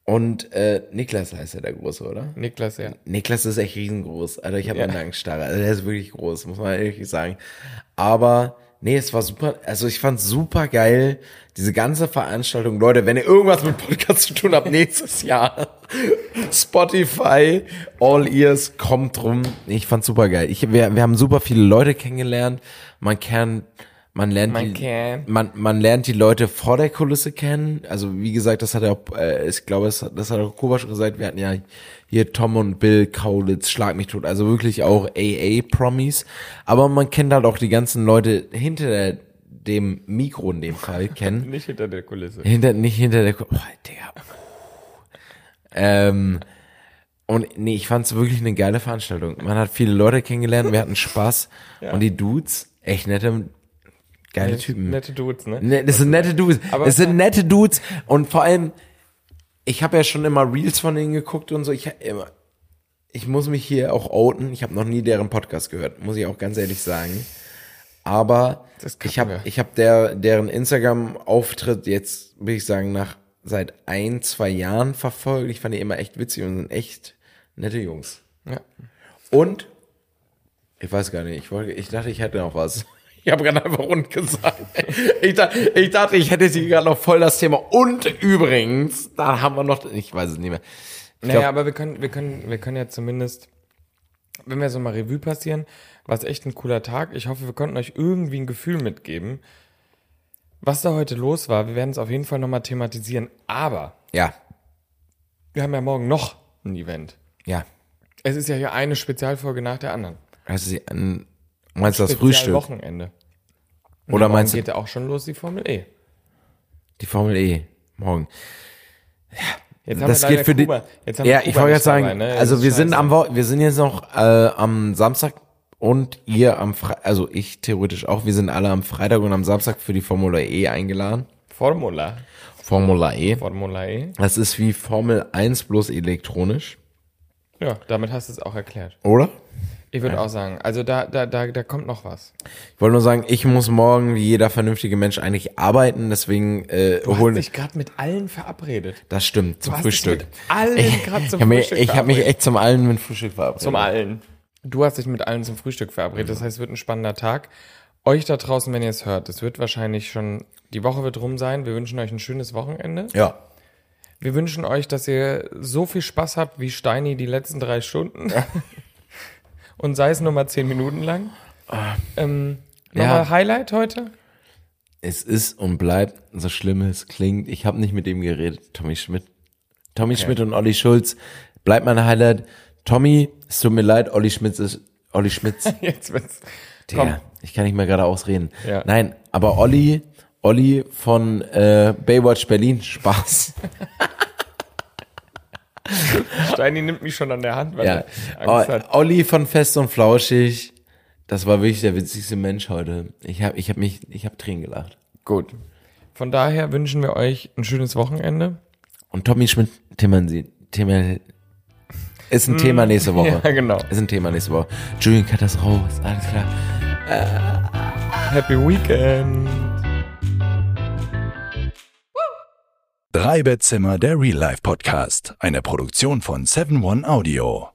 [SPEAKER 5] Und äh, Niklas heißt ja der Große, oder?
[SPEAKER 1] Niklas, ja.
[SPEAKER 5] Niklas ist echt riesengroß. Also ich habe eine Angststarre. Also der ist wirklich groß, muss man ehrlich sagen. Aber nee, es war super. Also ich fand super geil diese ganze Veranstaltung. Leute, wenn ihr irgendwas mit Podcast zu tun habt nächstes Jahr, Spotify, All Ears kommt rum. Ich fand super geil. Ich, wir, wir haben super viele Leute kennengelernt. Man kann man lernt
[SPEAKER 1] Man
[SPEAKER 5] die,
[SPEAKER 1] kann.
[SPEAKER 5] man, man lernt die Leute vor der Kulisse kennen. Also wie gesagt, das hat er, auch, äh, ich glaube, das, hat- das hat auch Kuba schon gesagt. Wir hatten ja hier Tom und Bill Kaulitz, Schlag mich tot. Also wirklich auch AA-Promis. Aber man kennt halt auch die ganzen Leute hinter der, dem Mikro in dem Fall kennen.
[SPEAKER 1] Nicht hinter der Kulisse.
[SPEAKER 5] hinter, nicht hinter der, Ku- oh, Digga. Ähm, und nee, ich fand's wirklich eine geile Veranstaltung. Man hat viele Leute kennengelernt, wir hatten Spaß. Und die Dudes, echt nette, geile Typen.
[SPEAKER 1] Nette Dudes, ne?
[SPEAKER 5] Ne, das sind nette Dudes.
[SPEAKER 1] Aber-
[SPEAKER 5] das sind nette Dudes. Und vor allem, ich habe ja schon immer Reels von denen geguckt und so. Ich, immer- ich muss mich hier auch outen. Ich habe noch nie deren Podcast gehört, muss ich auch ganz ehrlich sagen. Aber
[SPEAKER 1] Das kacken
[SPEAKER 5] ich habe
[SPEAKER 1] wir.
[SPEAKER 5] ich hab der, deren Instagram-Auftritt jetzt, will ich sagen, nach seit ein, zwei Jahren verfolgt. Ich fand die immer echt witzig und sind echt nette Jungs.
[SPEAKER 1] Ja.
[SPEAKER 5] Und ich weiß gar nicht, ich, wollte, ich dachte, ich hätte noch was. Ich habe gerade einfach rund gesagt. Ich, da, ich dachte, ich hätte sie gerade noch voll das Thema. Und übrigens, da haben wir noch, ich weiß es nicht mehr.
[SPEAKER 1] Naja,
[SPEAKER 5] glaub-
[SPEAKER 1] aber wir können, wir können, wir können ja zumindest, wenn wir so mal Revue passieren, war es echt ein cooler Tag. Ich hoffe, wir konnten euch irgendwie ein Gefühl mitgeben, was da heute los war. Wir werden es auf jeden Fall nochmal thematisieren. Aber
[SPEAKER 5] Ja,
[SPEAKER 1] wir haben ja morgen noch ein Event.
[SPEAKER 5] ja.
[SPEAKER 1] Es ist ja hier eine Spezialfolge nach der anderen.
[SPEAKER 5] Also, sie, ähm, meinst du das Frühstück?
[SPEAKER 1] Wochenende.
[SPEAKER 5] Oder
[SPEAKER 1] Morgen
[SPEAKER 5] meinst du
[SPEAKER 1] geht ja auch schon los die Formel E.
[SPEAKER 5] die Formel E morgen?
[SPEAKER 1] Jetzt
[SPEAKER 5] Das
[SPEAKER 1] leider
[SPEAKER 5] geht für die-
[SPEAKER 1] Kuba. Jetzt haben
[SPEAKER 5] Ja,
[SPEAKER 1] wir
[SPEAKER 5] ich
[SPEAKER 1] Kuba
[SPEAKER 5] wollte
[SPEAKER 1] nicht
[SPEAKER 5] jetzt sagen,
[SPEAKER 1] dabei, ne? Das
[SPEAKER 5] also
[SPEAKER 1] ist
[SPEAKER 5] wir sind
[SPEAKER 1] scheiße.
[SPEAKER 5] am, Wo- wir sind jetzt noch äh, am Samstag und ihr am Freitag, also ich theoretisch auch, wir sind alle am Freitag und am Samstag für die Formula E eingeladen.
[SPEAKER 1] Formula.
[SPEAKER 5] Formula E.
[SPEAKER 1] Formula E.
[SPEAKER 5] Das ist wie Formel 1 bloß elektronisch,
[SPEAKER 1] Ja, damit hast du es auch erklärt.
[SPEAKER 5] oder?
[SPEAKER 1] Ich würde auch sagen, also da, da, da, da kommt noch was.
[SPEAKER 5] Ich wollte nur sagen, ich muss morgen wie jeder vernünftige Mensch eigentlich arbeiten, deswegen äh, holen.
[SPEAKER 1] gerade mit allen verabredet.
[SPEAKER 5] Das stimmt, zum Frühstück.
[SPEAKER 1] Allen
[SPEAKER 5] Ich,
[SPEAKER 1] gerade
[SPEAKER 5] ich
[SPEAKER 1] zum
[SPEAKER 5] habe mich,
[SPEAKER 1] Frühstück
[SPEAKER 5] ich hab mich
[SPEAKER 1] verabredet.
[SPEAKER 5] echt zum allen mit Frühstück verabredet.
[SPEAKER 1] Zum allen. Du hast dich mit allen zum Frühstück verabredet.
[SPEAKER 5] Mhm.
[SPEAKER 1] Das heißt, es wird ein spannender Tag. Euch da draußen, wenn ihr es hört, es wird wahrscheinlich schon, die Woche wird rum sein. Wir wünschen euch ein schönes Wochenende.
[SPEAKER 5] Ja.
[SPEAKER 1] Wir wünschen euch, dass ihr so viel Spaß habt wie Steini die letzten drei Stunden. Und sei es nur mal zehn Minuten lang. Ähm, Nochmal
[SPEAKER 5] Ah. Ja.
[SPEAKER 1] Highlight heute?
[SPEAKER 5] Es ist und bleibt, so schlimm es klingt, ich habe nicht mit ihm geredet, Tommy Schmidt. Tommy Schmidt und Olli Schulz, bleibt mein Highlight. Tommy, es tut mir leid, Olli Schmitz ist, Olli Schmitz,
[SPEAKER 1] Jetzt wird's.
[SPEAKER 5] Digga, ich kann nicht mehr geradeaus reden.
[SPEAKER 1] Ja.
[SPEAKER 5] Nein, aber Olli, Olli von äh, Baywatch Berlin, Spaß.
[SPEAKER 1] Steini nimmt mich schon an der Hand, weil
[SPEAKER 5] ja. Oh.
[SPEAKER 1] er Angst
[SPEAKER 5] O-
[SPEAKER 1] hat.
[SPEAKER 5] Olli von Fest und Flauschig, das war wirklich der witzigste Mensch heute. Ich habe ich hab mich, ich habe Tränen gelacht.
[SPEAKER 1] Gut. Von daher wünschen wir euch ein schönes Wochenende.
[SPEAKER 5] Und Tommy Schmidt, Themen Sie, Thema, ist ein Thema nächste Woche.
[SPEAKER 1] Ja, genau.
[SPEAKER 5] Ist ein Thema nächste Woche. Julian Cut das raus, alles klar.
[SPEAKER 1] Happy Weekend.
[SPEAKER 8] Drei Bettzimmer, der Real Life Podcast, eine Produktion von 7 One Audio.